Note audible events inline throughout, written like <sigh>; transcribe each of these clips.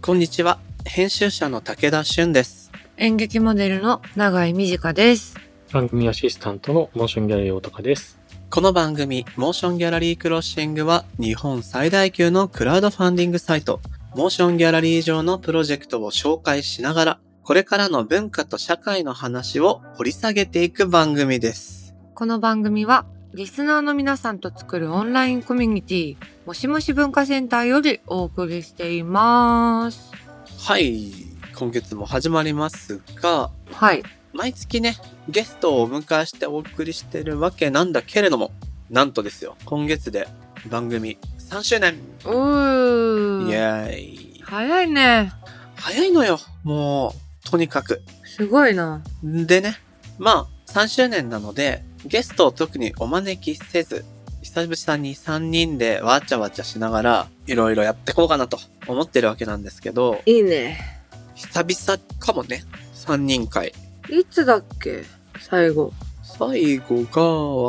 こんにちは。編集者の武田俊です。演劇モデルの永井美智香です。番組アシスタントのモーションギャラリー大高です。この番組、モーションギャラリークロッシングは、日本最大級のクラウドファンディングサイト、モーションギャラリー上のプロジェクトを紹介しながら、これからの文化と社会の話を掘り下げていく番組です。この番組は、リスナーの皆さんと作るオンラインコミュニティ、もしもし文化センターよりお送りしています。はい。今月も始まりますが、はい。毎月ね、ゲストをお迎えしてお送りしてるわけなんだけれども、なんとですよ、今月で番組3周年、うー。イエーイ早いね。早いのよ、もう、とにかく。すごいな。でね、まあ、3周年なので、ゲストを特にお招きせず、久々に3人でわちゃわちゃしながら、いろいろやってこうかなと思ってるわけなんですけど、いいね。久々かもね、3人会。いつだっけ最後。最後が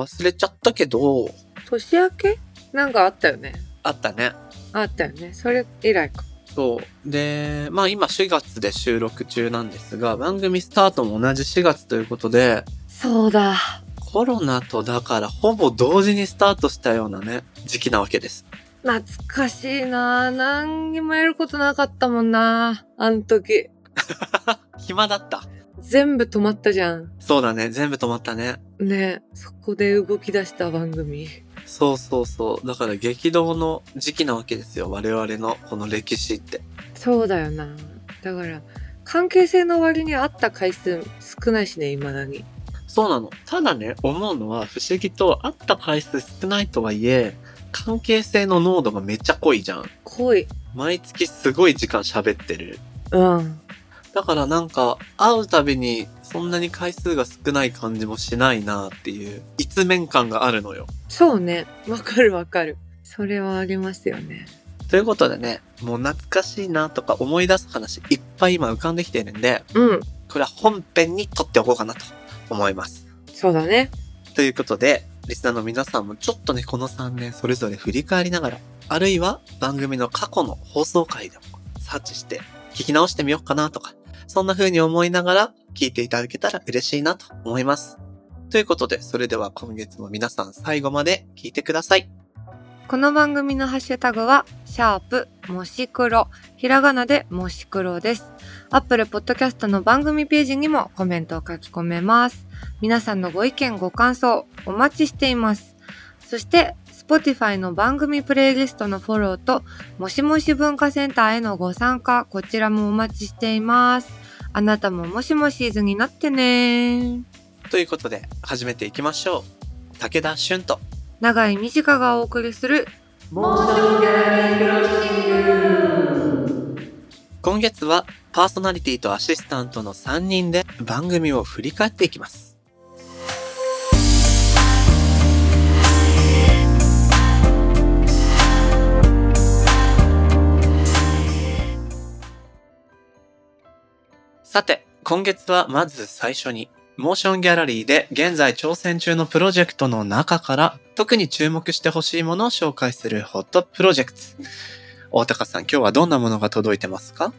忘れちゃったけど、年明けなんかあったよね。あったね。あったよね。それ以来か。そう。で、まあ今4月で収録中なんですが、番組スタートも同じ4月ということで、そうだ。コロナとだからほぼ同時にスタートしたようなね、時期なわけです。 <laughs> 懐かしいな。何にもやることなかったもんな。あの時。暇だった。全部止まったじゃん。そうだね、全部止まったね。ねそこで動き出した番組。そうそうそう。だから激動の時期なわけですよ。我々のこの歴史って。そうだよな。だから、関係性の割に会った回数少ないしね、未だに。そうなの。ただね、思うのは不思議と会った回数少ないとはいえ、関係性の濃度がめっちゃ濃いじゃん。濃い。毎月すごい時間喋ってる。うん。だからなんか会うたびにそんなに回数が少ない感じもしないなっていう一面感があるのよ。そうね。わかるわかる。それはありますよね。ということでね、もう懐かしいなとか思い出す話いっぱい今浮かんできてるんで、うん。これは本編に撮っておこうかなと思います。そうだね。ということで、リスナーの皆さんもちょっとね、この3年それぞれ振り返りながら、あるいは番組の過去の放送回でもサーチして聞き直してみようかなとか、そんな風に思いながら聞いていただけたら嬉しいなと思います。ということで、それでは今月も皆さん最後まで聞いてください。この番組のハッシュタグは、シャープ、もし黒、ひらがなでもし黒です。アップルポッドキャストの番組ページにもコメントを書き込めます。皆さんのご意見、ご感想、お待ちしています。そして、Spotify の番組プレイリストのフォローと、もしもし文化センターへのご参加、こちらもお待ちしています。あなたももしもしーずになってね。ということで、始めていきましょう。武田俊と。長井美智香がお送りする、今月はパーソナリティとアシスタントの3人で番組を振り返っていきます。さて、今月はまず最初に、モーションギャラリーで現在挑戦中のプロジェクトの中から特に注目してほしいものを紹介するホットプロジェクト。大高さん、今日はどんなものが届いてますか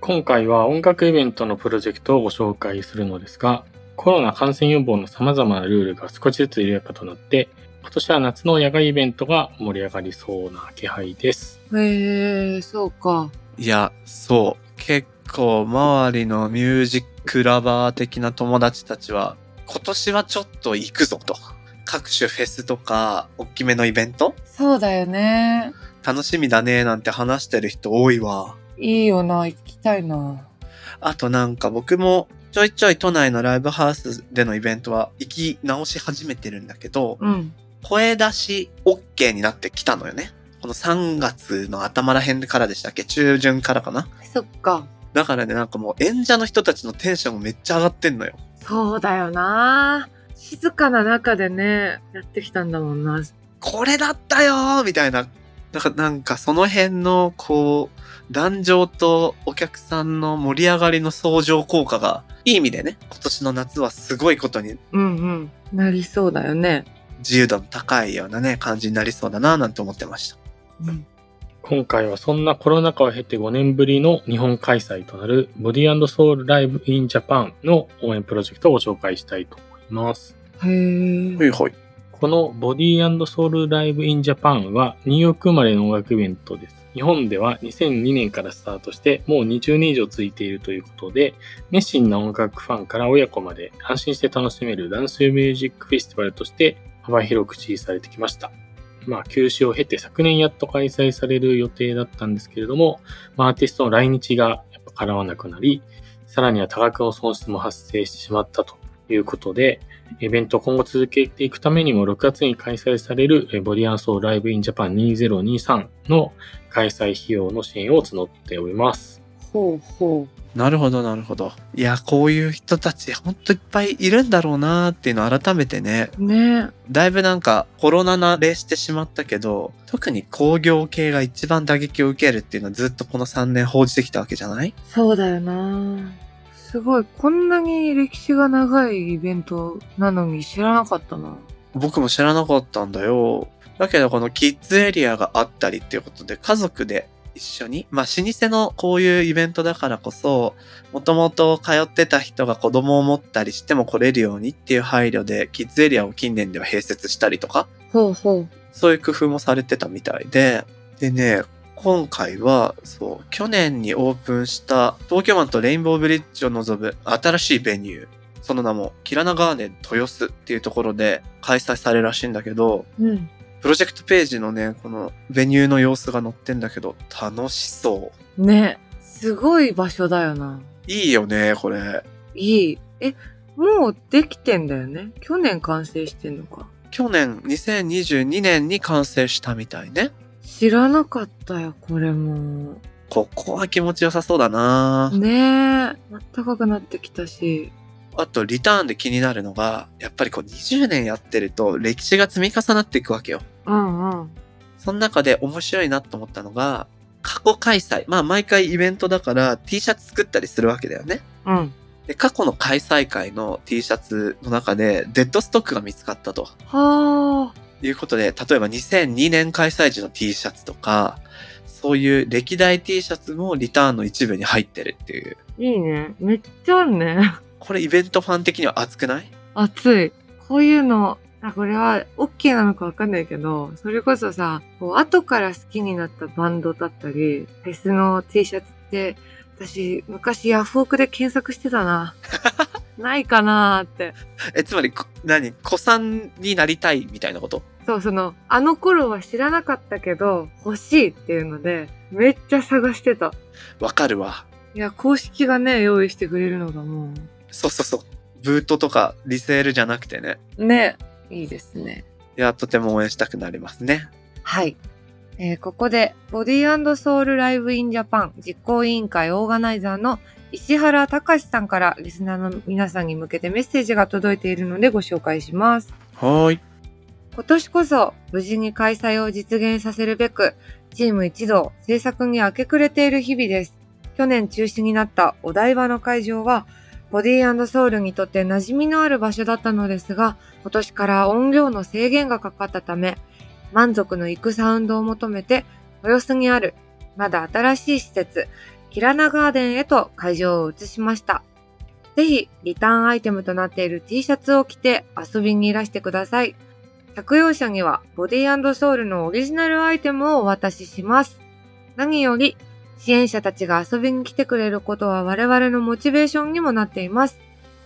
今回は音楽イベントのプロジェクトをご紹介するのですが、コロナ感染予防の様々なルールが少しずつ緩やかとなって、今年は夏の野外イベントが盛り上がりそうな気配です。へー、そうか。いや、そう。結構、周りのミュージックラバー的な友達たちは、今年はちょっと行くぞと。各種フェスとか、大きめのイベントそうだよね。楽しみだね、なんて話してる人多いわ。いいよな、行きたいな。あとなんか僕も、ちょいちょい都内のライブハウスでのイベントは行き直し始めてるんだけど、うん。声出し OK になってきたのよね。この3月の頭ら辺からでしたっけ中旬からかなそっか。だからね、なんかもう演者の人たちのテンションめっちゃ上がってんのよ。そうだよな。静かな中でね、やってきたんだもんな。これだったよーみたいな。だからなんかその辺のこう、壇上とお客さんの盛り上がりの相乗効果が、いい意味でね、今年の夏はすごいことにうんうん。なりそうだよね。自由度の高いようなね、感じになりそうだななんて思ってました。うん。今回はそんなコロナ禍を経て5年ぶりの日本開催となるボディソウルライブインジャパンの応援プロジェクトをご紹介したいと思います。へえ。はいはい。このボディソウルライブインジャパンはニューヨーク生まれの音楽イベントです。日本では2002年からスタートしてもう20年以上続いているということで、熱心な音楽ファンから親子まで安心して楽しめるダンスミュージックフェスティバルとして幅広く支持されてきました。まあ、休止を経て昨年やっと開催される予定だったんですけれども、まあ、アーティストの来日がやっぱ絡わなくなり、さらには多額の損失も発生してしまったということで、イベントを今後続けていくためにも6月に開催されるえーボディアンソールライブインジャパン2023の開催費用の支援を募っております。ほうほなるほど、なるほど。いや、こういう人たち、ほんといっぱいいるんだろうなーっていうのを改めてね、う。ねだいぶなんかコロナ慣れしてしまったけど、特に工業系が一番打撃を受けるっていうのはずっとこの3年報じてきたわけじゃないそうだよな。すごい、こんなに歴史が長いイベントなのに知らなかったな。僕も知らなかったんだよ。だけどこのキッズエリアがあったりっていうことで家族で一緒に、まあ老舗のこういうイベントだからこそ、もともと通ってた人が子供を持ったりしても来れるようにっていう配慮でキッズエリアを近年では併設したりとか、ほうほう。そういう工夫もされてたみたいで、でね、今回は、そう、去年にオープンした東京湾とレインボーブリッジを望む新しいベニュー、その名もキラナガーデン豊洲っていうところで開催されるらしいんだけど、うん。プロジェクトページのね、このベニューの様子が載ってんだけど、楽しそう。ね。すごい場所だよな。いいよね、これ。いい。え、もうできてんだよね。去年完成してんのか。去年、2022年に完成したみたいね。知らなかったよ、これも。ここは気持ちよさそうだなねえ。あったかくなってきたし。あと、リターンで気になるのが、やっぱりこう20年やってると歴史が積み重なっていくわけよ。うんうん。その中で面白いなと思ったのが、過去開催。まあ、毎回イベントだから T シャツ作ったりするわけだよね。うん。で、過去の開催会の T シャツの中で、デッドストックが見つかったとはあ。いうことで、例えば2002年開催時の T シャツとか、そういう歴代 T シャツもリターンの一部に入ってるっていう。いいね。めっちゃあるね。 <laughs> これイベントファン的には熱くない暑い。こういうの、あこれは OK なのかわかんないけど、それこそさ、こう後から好きになったバンドだったり、フェスの T シャツって、私、昔ヤフオクで検索してたな。ないかなーって。え、つまり、こ何子さんになりたいみたいなことそう、その、あの頃は知らなかったけど、欲しいっていうので、めっちゃ探してた。わかるわ。いや、公式がね、用意してくれるのがもそうそうそう。ブートとかリセールじゃなくてね。う、ね、いいですね。いや、とても応援したくなりますね。はい。えーここで、ボディソウルライブインジャパン実行委員会オーガナイザーの石原隆さんからリスナーの皆さんに向けてメッセージが届いているのでご紹介します。はーい。今年こそ無事に開催を実現させるべく、チーム一同制作に明け暮れている日々です。去年中止になったお台場の会場は、ボディソウルにとって馴染みのある場所だったのですが、今年から音量の制限がかかったため、満足のいくサウンドを求めて、豊洲にある、まだ新しい施設、キラナガーデンへと会場を移しました。ぜひ、リターンアイテムとなっている T シャツを着て遊びにいらしてください。着用者にはボディソウルのオリジナルアイテムをお渡しします。何より支援者たちが遊びに来てくれることは我々のモチベーションにもなっています。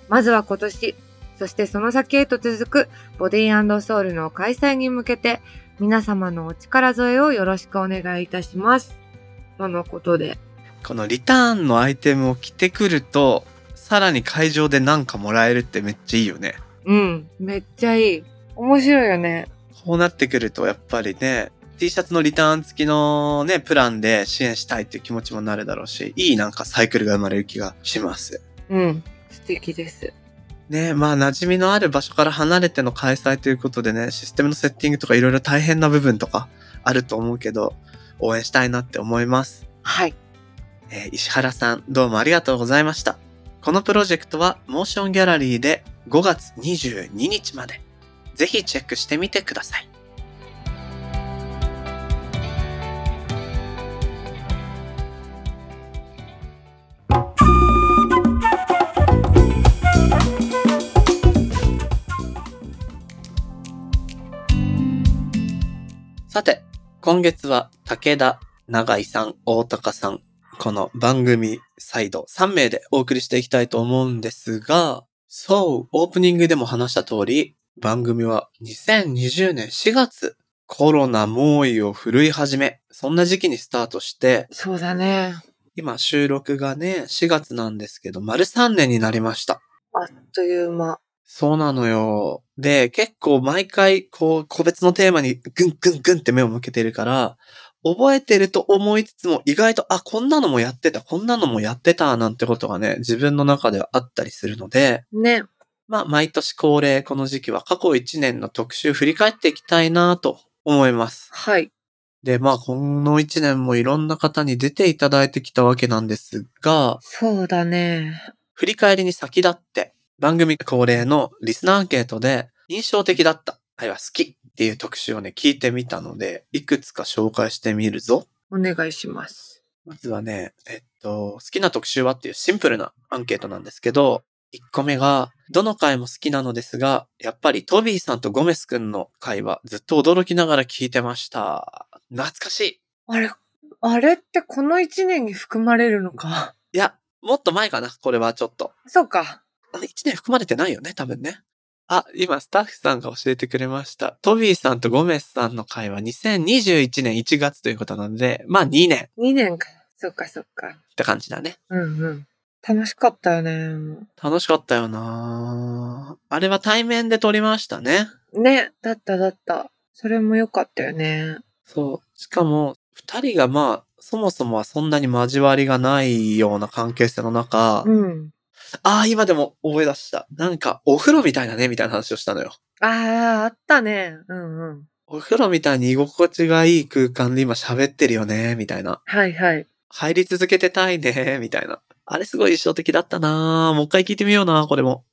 まずは今年、そしてその先へと続くボディソウルの開催に向けて皆様のお力添えをよろしくお願いいたします。とのことで。このリターンのアイテムを着てくると、さらに会場でなんかもらえるってめっちゃいいよね。うん、めっちゃいい。面白いよね。こうなってくると、やっぱりね、T シャツのリターン付きのね、プランで支援したいっていう気持ちもなるだろうし、いいなんかサイクルが生まれる気がします。うん、素敵です。ねまあ馴染みのある場所から離れての開催ということでね、システムのセッティングとかいろいろ大変な部分とかあると思うけど、応援したいなって思います。はい。えー石原さん、どうもありがとうございました。このプロジェクトは、モーションギャラリーで5月22日まで。ぜひチェックしてみてください。今月は武田、永井さん、大高さん、この番組サイド3名でお送りしていきたいと思うんですが、そう、オープニングでも話した通り、番組は2020年4月、コロナ猛威を振るい始め、そんな時期にスタートして、そうだね。今収録がね、4月なんですけど、丸3年になりました。あっという間。そうなのよ。で、結構毎回、こう、個別のテーマにぐんぐんぐんって目を向けてるから、覚えてると思いつつも意外と、あ、こんなのもやってた、こんなのもやってた、なんてことがね、自分の中ではあったりするので、ね。まあ、毎年恒例、この時期は過去1年の特集振り返っていきたいなと思います。はい。で、まあ、この1年もいろんな方に出ていただいてきたわけなんですが、そうだね。振り返りに先立って、番組恒例のリスナーアンケートで、印象的だった、愛は好きっていう特集をね、聞いてみたので、いくつか紹介してみるぞ。お願いします。まずはね、えっと、好きな特集はっていうシンプルなアンケートなんですけど、1個目が、どの回も好きなのですが、やっぱりトビーさんとゴメスくんの回はずっと驚きながら聞いてました。懐かしいあれ、あれってこの一年に含まれるのか。 <laughs> いや、もっと前かな、これはちょっと。そうか。あ1年含まれてないよね、多分ね。あ、今スタッフさんが教えてくれました。トビーさんとゴメスさんの会は2021年1月ということなので、まあ2年っ二年か。そうか、そうか。て感じだね。うんうん。楽しかったよね。楽しかったよなあれは対面で撮りましたね。ね。だっただった。それも良かったよね。そう。しかも、二人がまあ、そもそもはそんなに交わりがないような関係性の中、うん。ああ、今でも覚え出した。なんか、お風呂みたいだね、みたいな話をしたのよ。ああ、あったね。うんうん。お風呂みたいに居心地がいい空間で今喋ってるよね、みたいな。はいはい。入り続けてたいね、 <laughs> みたいな。あれすごい印象的だったなもう一回聞いてみようなこれも。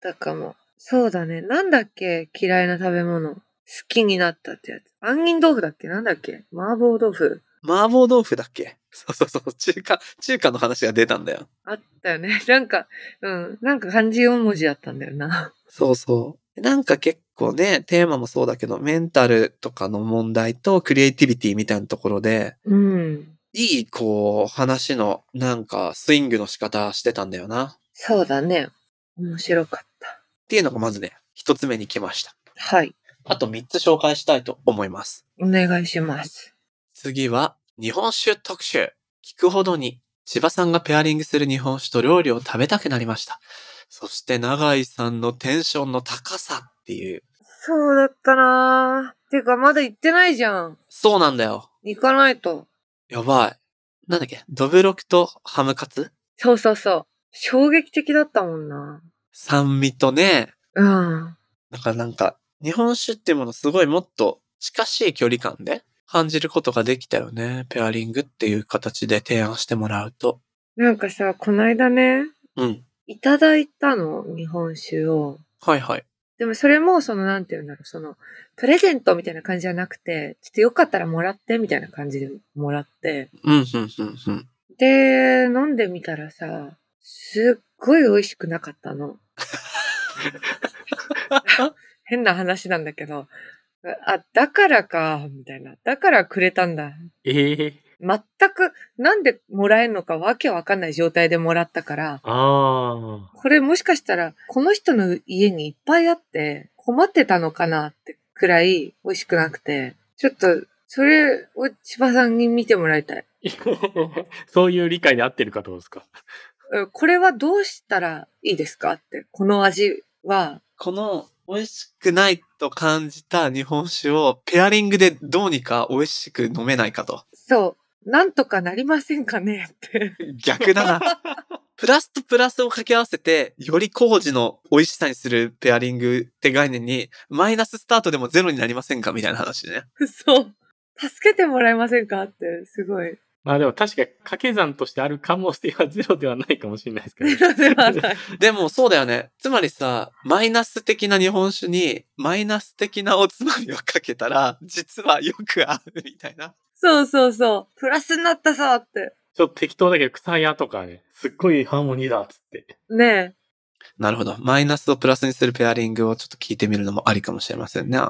だかも。そうだね。なんだっけ嫌いな食べ物。好きになったってやつ。杏仁豆腐だっけなんだっけ麻婆豆腐。麻婆豆腐だっけ <laughs> そうそうそう、中華、中華の話が出たんだよ。あったよね。 <laughs> なんか、うん。なんか漢字4文字だったんだよな。そうそう。なんか結構ね、テーマもそうだけど、メンタルとかの問題とクリエイティビティみたいなところで、うん。いい、こう、話の、なんか、スイングの仕方してたんだよな。っそうだね。面白かった。ていうのがまずね、一つ目に来ました。はい。あと三つ紹介したいと思います。お願いします。次は、日本酒特集。聞くほどに、千葉さんがペアリングする日本酒と料理を食べたくなりました。そして、永井さんのテンションの高さっていう。そうだったなーてか、まだ行ってないじゃん。そうなんだよ。行かないと。やばい。なんだっけドブロクとハムカツそうそうそう。衝撃的だったもんな。酸味とね、うん。なんかなんか、日本酒っていうものすごいもっと近しい距離感で感じることができたよね。ペアリングっていう形で提案してもらうと。なんかさ、こないだね、うん。いただいたの、日本酒を。はいはい。でもそれも、その、なんて言うんだろう、その、プレゼントみたいな感じじゃなくて、ちょっとよかったらもらって、みたいな感じでもらって。うん、うん、うん、うん。で、飲んでみたらさ、すっごい美味しくなかったの。変な話なんだけど、あ、だからか、みたいな。だからくれたんだ。ええ全く、なんでもらえるのかわけわかんない状態でもらったから、ああ。これもしかしたら、この人の家にいっぱいあって、困ってたのかなってくらい美味しくなくて、ちょっと、それを千葉さんに見てもらいたい。 <laughs> そういう理解で合ってるかどうですか。えこれはどうしたらいいですかって、この味は、この美味しくないと感じた日本酒をペアリングでどうにか美味しく飲めないかと。そう、なんとかなりませんかねって。 <laughs> 逆だな。プラスとプラスを掛け合わせて、より工事の美味しさにするペアリングって概念に、マイナススタートでもゼロになりませんかみたいな話ね。そう。助けてもらえませんかって、すごい。 <laughs> まあでも確か掛け算としてある可能性はゼロではないかもしれないですけど。ではない。でもそうだよね。つまりさ、マイナス的な日本酒に、マイナス的なおつまみをかけたら、実はよく合うみたいな。そうそうそう。プラスになったさって。ちょっと適当だけど草屋とかね、すっごいハーモニーだっつって。ねえ。なるほど。マイナスをプラスにするペアリングをちょっと聞いてみるのもありかもしれませんね。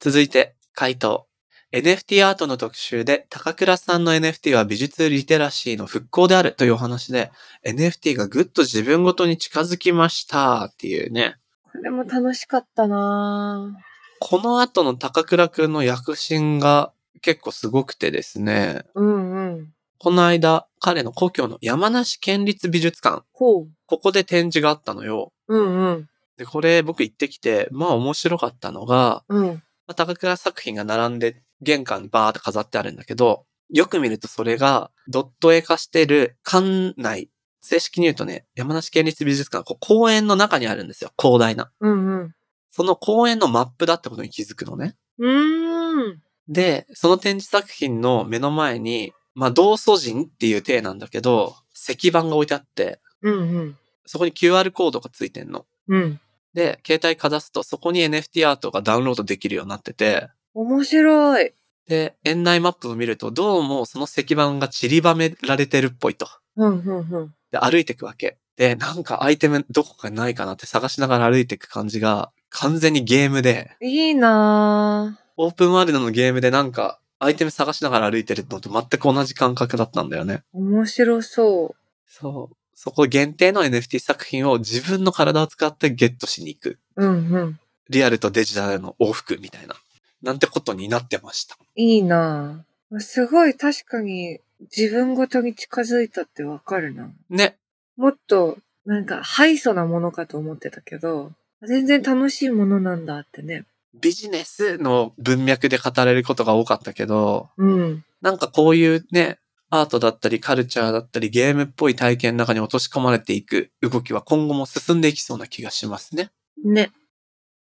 続いて、回答。 NFT アートの特集で、高倉さんの NFT は美術リテラシーの復興であるというお話で、NFT がぐっと自分ごとに近づきましたっていうね。これも楽しかったなぁこの後の高倉くんの躍進が結構すごくてですね、うんうん。この間、彼の故郷の山梨県立美術館、ほう。ここで展示があったのよ。うんうん。で、これ僕行ってきて、まあ面白かったのが、うん。まあ高倉作品が並んで玄関にバーって飾ってあるんだけど、よく見るとそれがドット絵化してる館内、正式に言うとね、山梨県立美術館、こう公園の中にあるんですよ、広大な。うんうん。その公園のマップだってことに気づくのね。うーん。で、その展示作品の目の前に、まあ、同素人っていう体なんだけど、石板が置いてあって、うんうん。そこに QR コードがついてんの。うん。で、携帯かざすと、そこに NFT アートがダウンロードできるようになってて、面白い。で、園内マップを見ると、どうもその石板が散りばめられてるっぽいと。うんうんうん。で、歩いていくわけ。で、なんかアイテムどこかないかなって探しながら歩いていく感じが、完全にゲームで、いいなぁオープンワールドのゲームでなんか、アイテム探しながら歩いてるのと全く同じ感覚だったんだよね。面白そそう。そこ限定の NFT 作品を自分の体を使ってゲットしに行く。う。うんうん。リアルとデジタルの往復みたいな。なんてことになってました。いいなぁすごい確かに自分ごとに近づいたってわかるな。ね。もっとなんかハイソなものかと思ってたけど、全然楽しいものなんだってね。ビジネスの文脈で語られることが多かったけど、うん。なんかこういうね、アートだったりカルチャーだったりゲームっぽい体験の中に落とし込まれていく動きは今後も進んでいきそうな気がしますね。ね。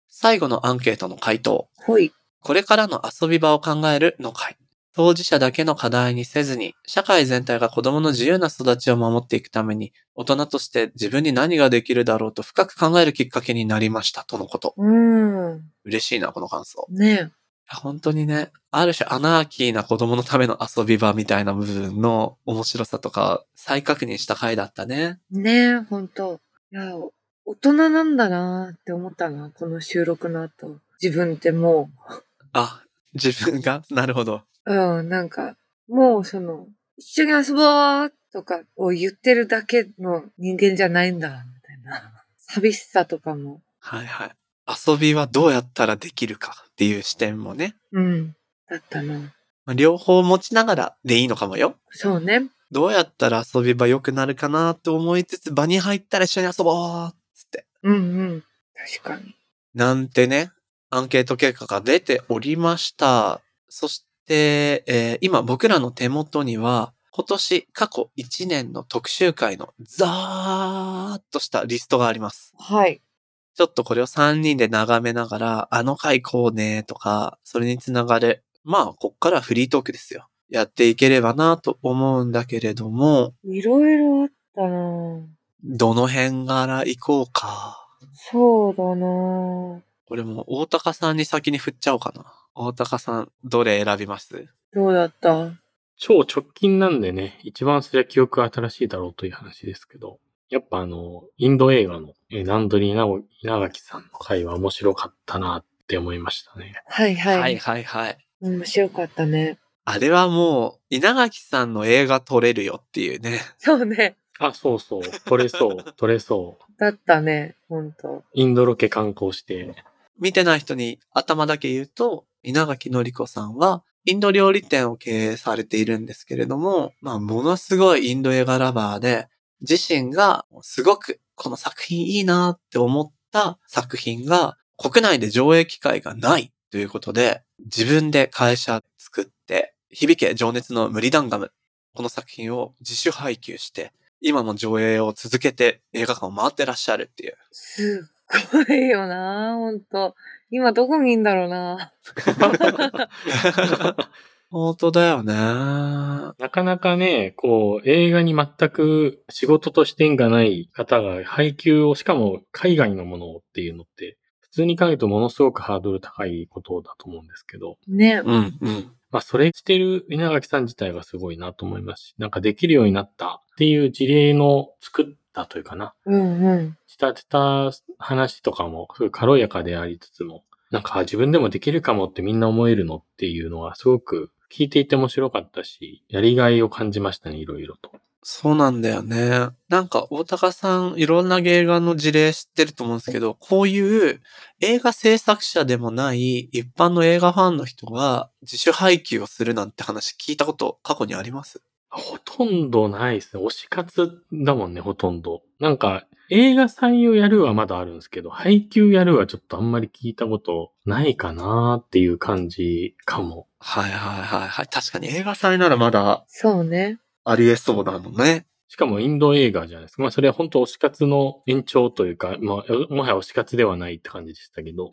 最後のアンケートの回答。ほい。これからの遊び場を考えるの会。当事者だけの課題にせずに、社会全体が子供の自由な育ちを守っていくために、大人として自分に何ができるだろうと深く考えるきっかけになりました、とのこと。うん。嬉しいな、この感想。いね。や本当にね、ある種アナーキーな子供のための遊び場みたいな部分の面白さとか、再確認した回だったね。ねえ、ほんと。いや、大人なんだなって思ったな、この収録の後。自分ってもあ、自分が <laughs> なるほど。う、うん、なんか、もうその、一緒に遊ぼうとかを言ってるだけの人間じゃないんだ、みたいな。 <laughs> 寂しさとかも。はいはい。遊びはどうやったらできるかっていう視点もね、うん。だったな。まあ両方持ちながらでいいのかもよ。そうね。どうやったら遊び場良くなるかなって思いつつ、場に入ったら一緒に遊ぼうっつって。うんうん。確かに。なんてね、アンケート結果が出ておりました。そして、えー今僕らの手元には、今年過去1年の特集会のザーっとしたリストがあります。はい。ちょっとこれを3人で眺めながら、あの回こうねとか、それにつながる。まあ、こっからフリートークですよ。やっていければなと思うんだけれども、いろいろあったなどの辺から行こうか。そうだなこれもう大高さんに先に振っちゃおうかな。大高さん、どれ選びますどうだった超直近なんでね、一番そりゃ記憶が新しいだろうという話ですけど、やっぱあの、インド映画のえーランドリー稲垣さんの回は面白かったなって思いましたね。はいはい。はいはいはい。面白かったね。あれはもう、稲垣さんの映画撮れるよっていうね。そうね。あ、そうそう、撮れ <laughs> そう、撮れそう。だったね、ほんと。インドロケ観光して、見てない人に頭だけ言うと、稲垣のり子さんは、インド料理店を経営されているんですけれども、まあ、ものすごいインド映画ラバーで、自身がすごくこの作品いいなって思った作品が、国内で上映機会がないということで、自分で会社作って、響け情熱の無理ダンガム。この作品を自主配給して、今も上映を続けて映画館を回ってらっしゃるっていう。すっごいよな、ほんと。今どこにいんだろうな。 <laughs> 本当だよね。なかなかね、こう、映画に全く仕事として縁がない方が配給を、しかも海外のものをっていうのって、普通に考えるとものすごくハードル高いことだと思うんですけど、ね。うん、うん。まあ、それしてる稲垣さん自体がすごいなと思いますし、なんかできるようになったっていう事例の作ったというかな、うんうん。仕立てた話とかも、すごい軽やかでありつつも、なんか自分でもできるかもってみんな思えるのっていうのはすごく聞いていて面白かったし、やりがいを感じましたね、いろいろと。そうなんだよね。なんか、大高さん、いろんな映画の事例知ってると思うんですけど、こういう映画制作者でもない一般の映画ファンの人が自主配給をするなんて話聞いたこと過去にありますほとんどないですね。推し活だもんね、ほとんど。なんか、映画祭をやるはまだあるんですけど、配給やるはちょっとあんまり聞いたことないかなっていう感じかも。はいはいはいはい。確かに映画祭ならまだそうね。 <laughs> ありえそうなのね。しかもインド映画じゃないですか。まあそれは本当推し活の延長というか、まあもはや推し活ではないって感じでしたけど、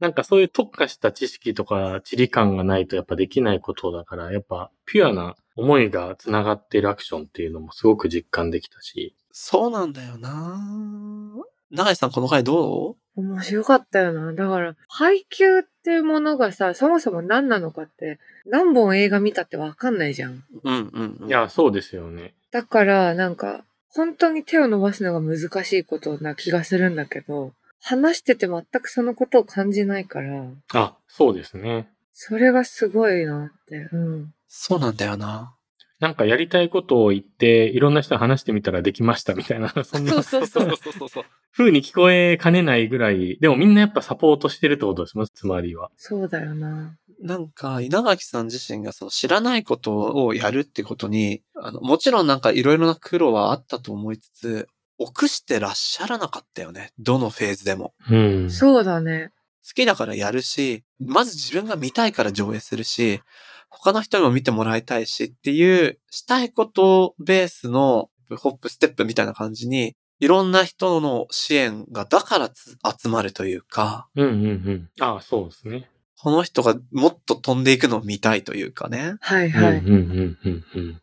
なんかそういう特化した知識とか地理感がないとやっぱできないことだから、やっぱピュアな思いが繋がっているアクションっていうのもすごく実感できたし、そうなんだよな長井さん、この回どう面白かったよな。だから、配給っていうものがさ、そもそも何なのかって、何本映画見たってわかんないじゃん。うんうん、うん。いや、そうですよね。だから、なんか、本当に手を伸ばすのが難しいことな気がするんだけど、話してて全くそのことを感じないから、あ、そうですね。それがすごいなって。うん。そうなんだよななんかやりたいことを言って、いろんな人に話してみたらできましたみたいな、 <laughs> そんなそうそうそうそうそう。風に聞こえかねないぐらい、でもみんなやっぱサポートしてるってことですもん、つまりは。そうだよな。なんか、稲垣さん自身がその知らないことをやるってことに、あの、もちろんなんかいろいろな苦労はあったと思いつつ、臆してらっしゃらなかったよね。どのフェーズでも。うん。そうだね。好きだからやるし、まず自分が見たいから上映するし、他の人にも見てもらいたいしっていう、したいことベースのホップステップみたいな感じに、いろんな人の支援がだからつ集まるというか、うんうんうん。ああ、そうですね。この人がもっと飛んでいくのを見たいというかね。はいはい。うんうんうんうんうん。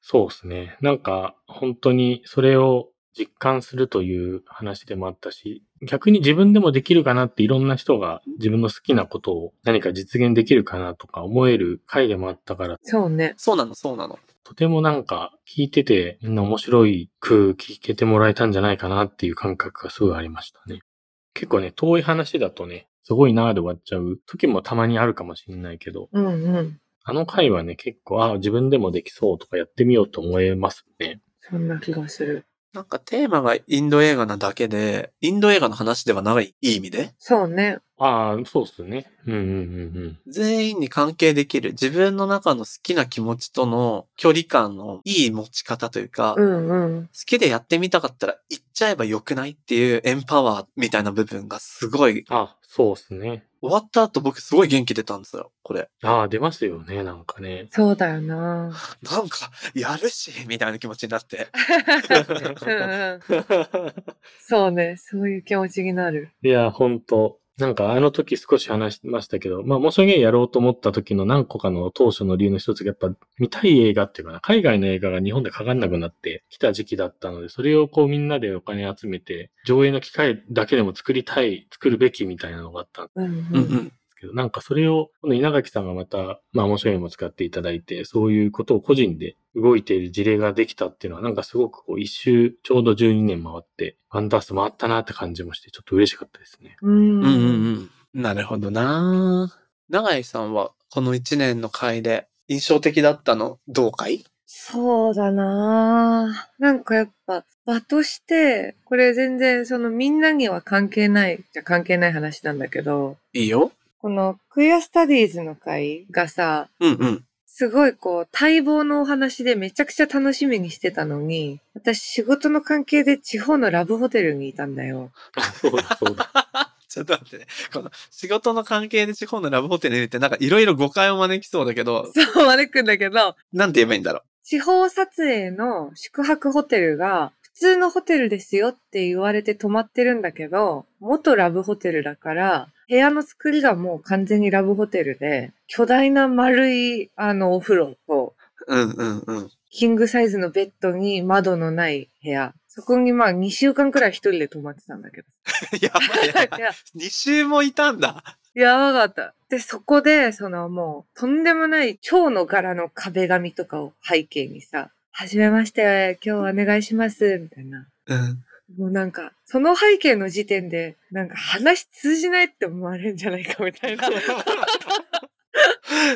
そうですね。なんか、本当にそれを実感するという話でもあったし、逆に自分でもできるかなっていろんな人が自分の好きなことを何か実現できるかなとか思える回でもあったから、そうね。そうなの、そうなの。とてもなんか聞いててみんな面白いく聞けてもらえたんじゃないかなっていう感覚がすごいありましたね。結構ね、遠い話だとね、すごいなーで終わっちゃう時もたまにあるかもしれないけど、うんうん。あの回はね、結構、あ自分でもできそうとかやってみようと思えますね。そんな気がする。なんかテーマがインド映画なだけで、インド映画の話ではない、いい意味で、そうね。ああ、そうっすね。うんうんうんうん。全員に関係できる自分の中の好きな気持ちとの距離感のいい持ち方というか、う好んうん。きでやってみたかったら行っちゃえばよくないっていうエンパワーみたいな部分がすごい、あそうっすね。終わった後僕すごい元気出たんですよ、これ。ああ、出ますよね、なんか <laughs> ね。そうだよな。なんか、やるし、みたいな気持ちになって。うんうんそうね。そういう気持ちになる。いや、ほんと。なんかあの時少し話しましたけど、まあ、もうそげやろうと思った時の何個かの当初の理由の一つが、やっぱ見たい映画っていうかな、海外の映画が日本でかかんなくなってきた時期だったので、それをこうみんなでお金集めて、上映の機会だけでも作りたい、作るべきみたいなのがあったんでうんううん。うんん。すけど、なんかそれを、この稲垣さんがまた、まあ面白いも使っていただいて、そういうことを個人で動いている事例ができたっていうのは、なんかすごくこう一周、ちょうど12年回って、ファンダース回ったなって感じもして、ちょっと嬉しかったですね。うんうんうんうん。なるほどな長井さんはこの1年の回で印象的だったのどうかいそうだなぁなんかやっぱ場として、これ全然そのみんなには関係ない、じゃ関係ない話なんだけど、いいよ。このクイアスタディーズの会がさ、うんうん。すごいこう待望のお話でめちゃくちゃ楽しみにしてたのに、私仕事の関係で地方のラブホテルにいたんだよ。 <laughs> そうだ、そうだ。ちょっと待ってね。この仕事の関係で地方のラブホテルに行ってなんかいろいろ誤解を招きそうだけど、そう、悪くんだけど、なんて言えばいいんだろ地方撮影の宿泊ホテルが普通のホテルですよって言われて泊まってるんだけど、元ラブホテルだから、部屋の作りがもう完全にラブホテルで、巨大な丸いあのお風呂と、う。うんうん <laughs> うん。キングサイズのベッドに窓のない部屋。そこにまあ2週間くらい一人で泊まってたんだけど。やば <laughs> いやばいい。や、 2週もいたんだ。やばかった。で、そこで、そのもう、とんでもない蝶の柄の壁紙とかを背景にさ、はじめまして、今日お願いします、みたいな。うん。もうなんか、その背景の時点で、なんか話通じないって思われるんじゃないかみた <laughs> いな。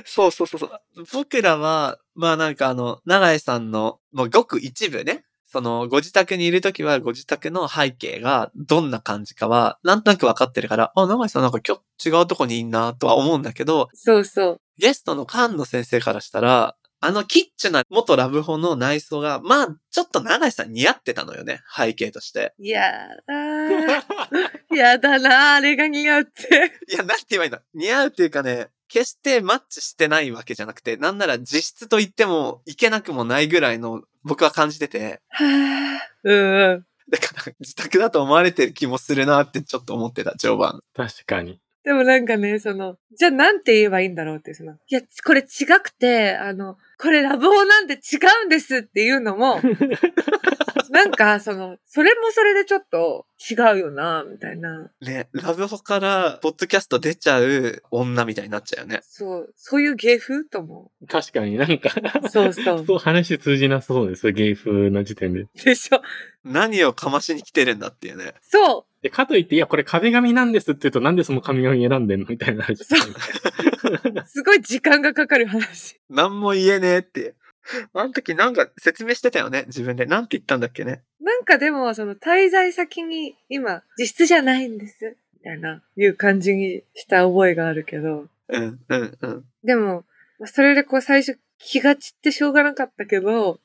そうそうそうそう。僕らは、まあなんかあの、永井さんの、もうごく一部ね、その、ご自宅にいるときは、ご自宅の背景がどんな感じかは、なんとなくわかってるから、あ、永井さんなんか今日違うとこにいんな、とは思うんだけど、そうそう。ゲストの菅野先生からしたら、あのキッチュな元ラブホの内装が、まあ、ちょっと永井さん似合ってたのよね、背景と <laughs> して。いやだー。やだなー、あれが似合うって。いや、なんて言えばいいんだ。似合うっていうかね、決してマッチしてないわけじゃなくて、なんなら実質と言ってもいけなくもないぐらいの僕は感じてて、はーうんうん。だから自宅だと思われてる気もするなってちょっと思ってた、序盤。確かに。でもなんかね、その、じゃあなんて言えばいいんだろうっていう、その、いや、これ違くて、あの、これラブホなんて違うんですっていうのも、なんか、その、それもそれでちょっと違うよな、みたいな。ね、ラブホからポッドキャスト出ちゃう女みたいになっちゃうよね。そう、そういう芸風と思確かになんかう。そうそう。そう話通じなさそうです。芸風の時点で。でしょ。何をかましに来てるんだっていうね。そで、かといって、いや、これ壁紙なんですって言うと、なんでその紙紙選んでんのみたいな話。う、すごい時間がかかる話。 <laughs> 何も言えねえっていう。あの時なんか説明してたよね、自分で。なんて言ったんだっけね。なんかでも、その滞在先に今、実質じゃないんです。みたいな、いう感じにした覚えがあるけど。うん、うん、うん。でも、まあそれでこう最初気が散ってしょうがなかったけど、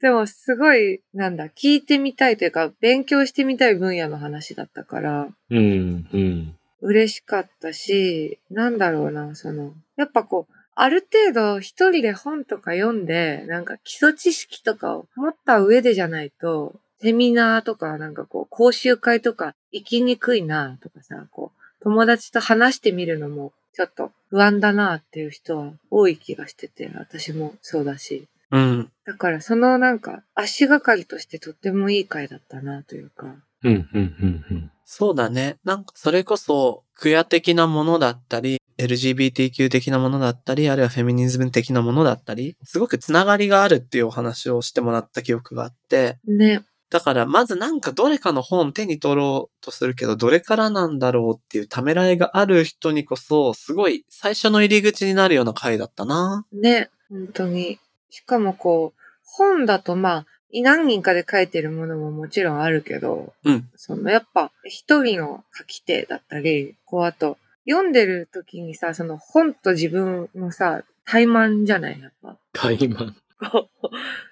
でもすごい、なんだ、聞いてみたいというか、勉強してみたい分野の話だったから、うん、うん。嬉しかったし、なんだろうな、その、やっぱこう、ある程度一人で本とか読んで、なんか基礎知識とかを持った上でじゃないと、セミナーとかなんかこう、講習会とか行きにくいなとかさ、こう、友達と話してみるのもちょっと不安だなっていう人は多い気がしてて、私もそうだし。うん。だからそのなんか足がかりとしてとってもいい回だったなというか。うん、うん、うん、 <laughs> うん。そうだね。なんかそれこそ、クエア的なものだったり、LGBTQ 的なものだったり、あるいはフェミニズム的なものだったり、すごくつながりがあるっていうお話をしてもらった記憶があって、ね。だからまずなんかどれかの本手に取ろうとするけど、どれからなんだろうっていうためらいがある人にこそ、すごい最初の入り口になるような回だったな。ね、本当に。しかもこう、本だとまあ、何人かで書いてるものももちろんあるけど、うんそのやっぱ一人の書き手だったり、こうあと、読んでる時にさ、その本と自分のさ、怠慢じゃないやっぱ。タイマン。こう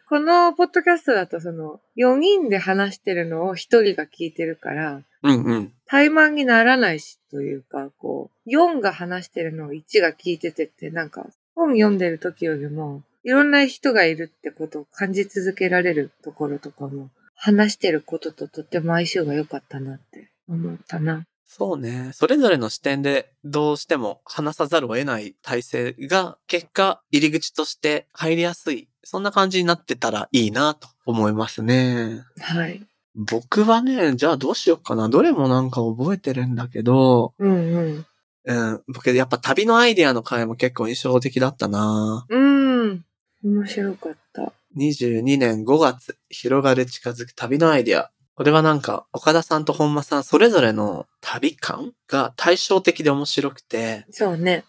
このポッドキャストだとその、4人で話してるのを一人が聞いてるから、うんうん。怠慢にならないしというか、こう、4が話してるのを1が聞いててって、なんか、本読んでる時よりも、いろんな人がいるってことを感じ続けられるところとかも、話してることととっても相性が良かったなって思ったな。そうね。それぞれの視点でどうしても話さざるを得ない体制が結果入り口として入りやすい。そんな感じになってたらいいなと思いますね。はい。僕はね、じゃあどうしようかな。どれもなんか覚えてるんだけど、うんうん。うん、僕やっぱ旅のアイディアの回も結構印象的だったな。うん。面白かった。 22年5月、広がる近づく旅のアイディア。これはなんか、岡田さんと本間さんそれぞれの旅感が対照的で面白くて、そうね。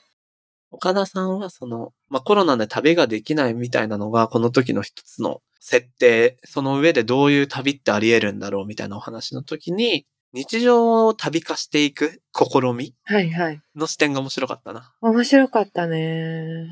岡田さんはその、まあ、コロナで旅ができないみたいなのが、この時の一つの設定、その上でどういう旅ってあり得るんだろうみたいなお話の時に、日常を旅化していく試みはいはい。の視点が面白かったな。面白かったね。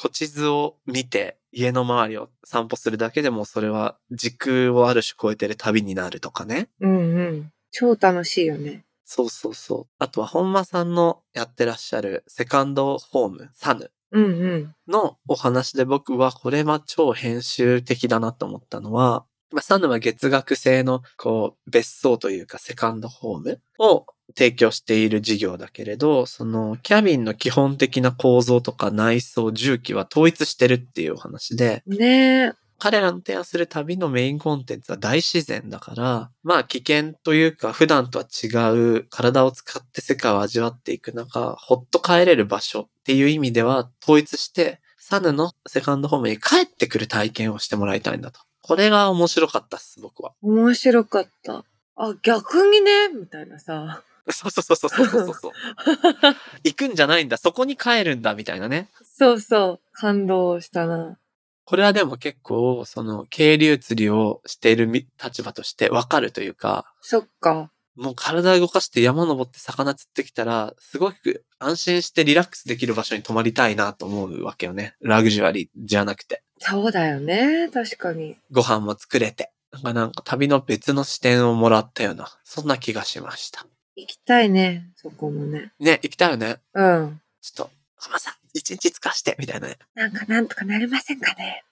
古地図を見て、家の周りを散歩するだけでも、それは時空をある種超えてる旅になるとかね。うんうん。超楽しいよね。そうそうそう。あとは本間さんのやってらっしゃるセカンドホーム、サヌうんうん。のお話で僕はこれは超編集的だなと思ったのは、まあ、サヌは月額制のこう別荘というかセカンドホームを提供している事業だけれど、そのキャビンの基本的な構造とか内装、重機は統一してるっていうお話で、ねえ。彼らの提案する旅のメインコンテンツは大自然だから、まあ危険というか普段とは違う体を使って世界を味わっていく中、ほっと帰れる場所っていう意味では統一して、サヌのセカンドホームに帰ってくる体験をしてもらいたいんだと。これが面白かったっす、僕は。面白かった。あ、逆にね、みたいなさ。そうそうそうそうそうそうそう。行くんじゃないんだ、そこに帰るんだ、みたいなね。そうそう。感動したな。これはでも結構、その、渓流釣りをしているみ立場としてわかるというか、そっか。もう体動かして山登って魚釣ってきたら、すごく安心してリラックスできる場所に泊まりたいなと思うわけよね。ラグジュアリーじゃなくて。そうだよね。確かに。ご飯も作れて。なんかなんか旅の別の視点をもらったような、そんな気がしました。行きたいね。そこもね。ね、行きたいよね。うん。ちょっと、浜さん、一日使わして、みたいなね。なんかなんとかなりませんかね。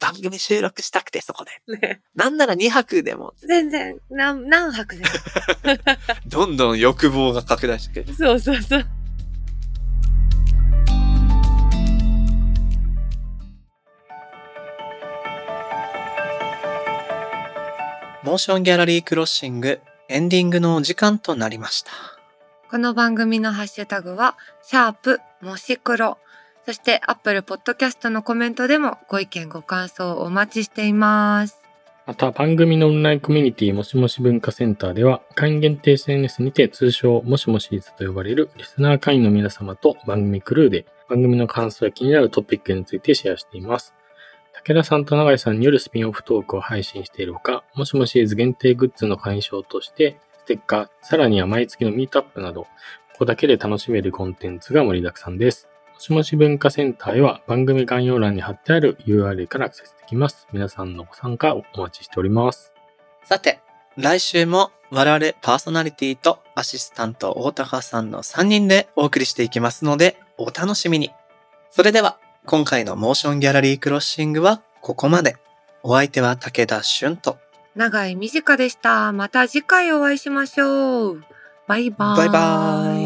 番組収録したくて、そこで。ね。なんなら2泊でも、全然、なん何泊で <laughs> も。どんどん欲望が拡大してくる。そうそうそう。モーションギャラリークロッシング、エンディングのお時間となりました。この番組のハッシュタグは、シャープ、もし黒。そして、Apple Podcast のコメントでもご意見、ご感想をお待ちしています。また番組のオンラインコミュニティもしもし文化センターでは会員限定 SNS にて通称もしもしーずと呼ばれるリスナー会員の皆様と番組クルーで番組の感想や気になるトピックについてシェアしています。武田さんと永井さんによるスピンオフトークを配信しているほか、もしもしーず限定グッズの鑑賞としてステッカー、さらには毎月のミートアップなど、ここだけで楽しめるコンテンツが盛りだくさんです。もしもし文化センターへは番組概要欄に貼ってある URL からアクセスできます。皆さんのご参加をお待ちしております。さて、来週も我々パーソナリティとアシスタント大高さんの3人でお送りしていきますので、お楽しみに。それでは、今回のモーションギャラリークロッシングはここまで。お相手は武田俊と。長井美佳でした。また次回お会いしましょう。バイバーイ。バイバーイ。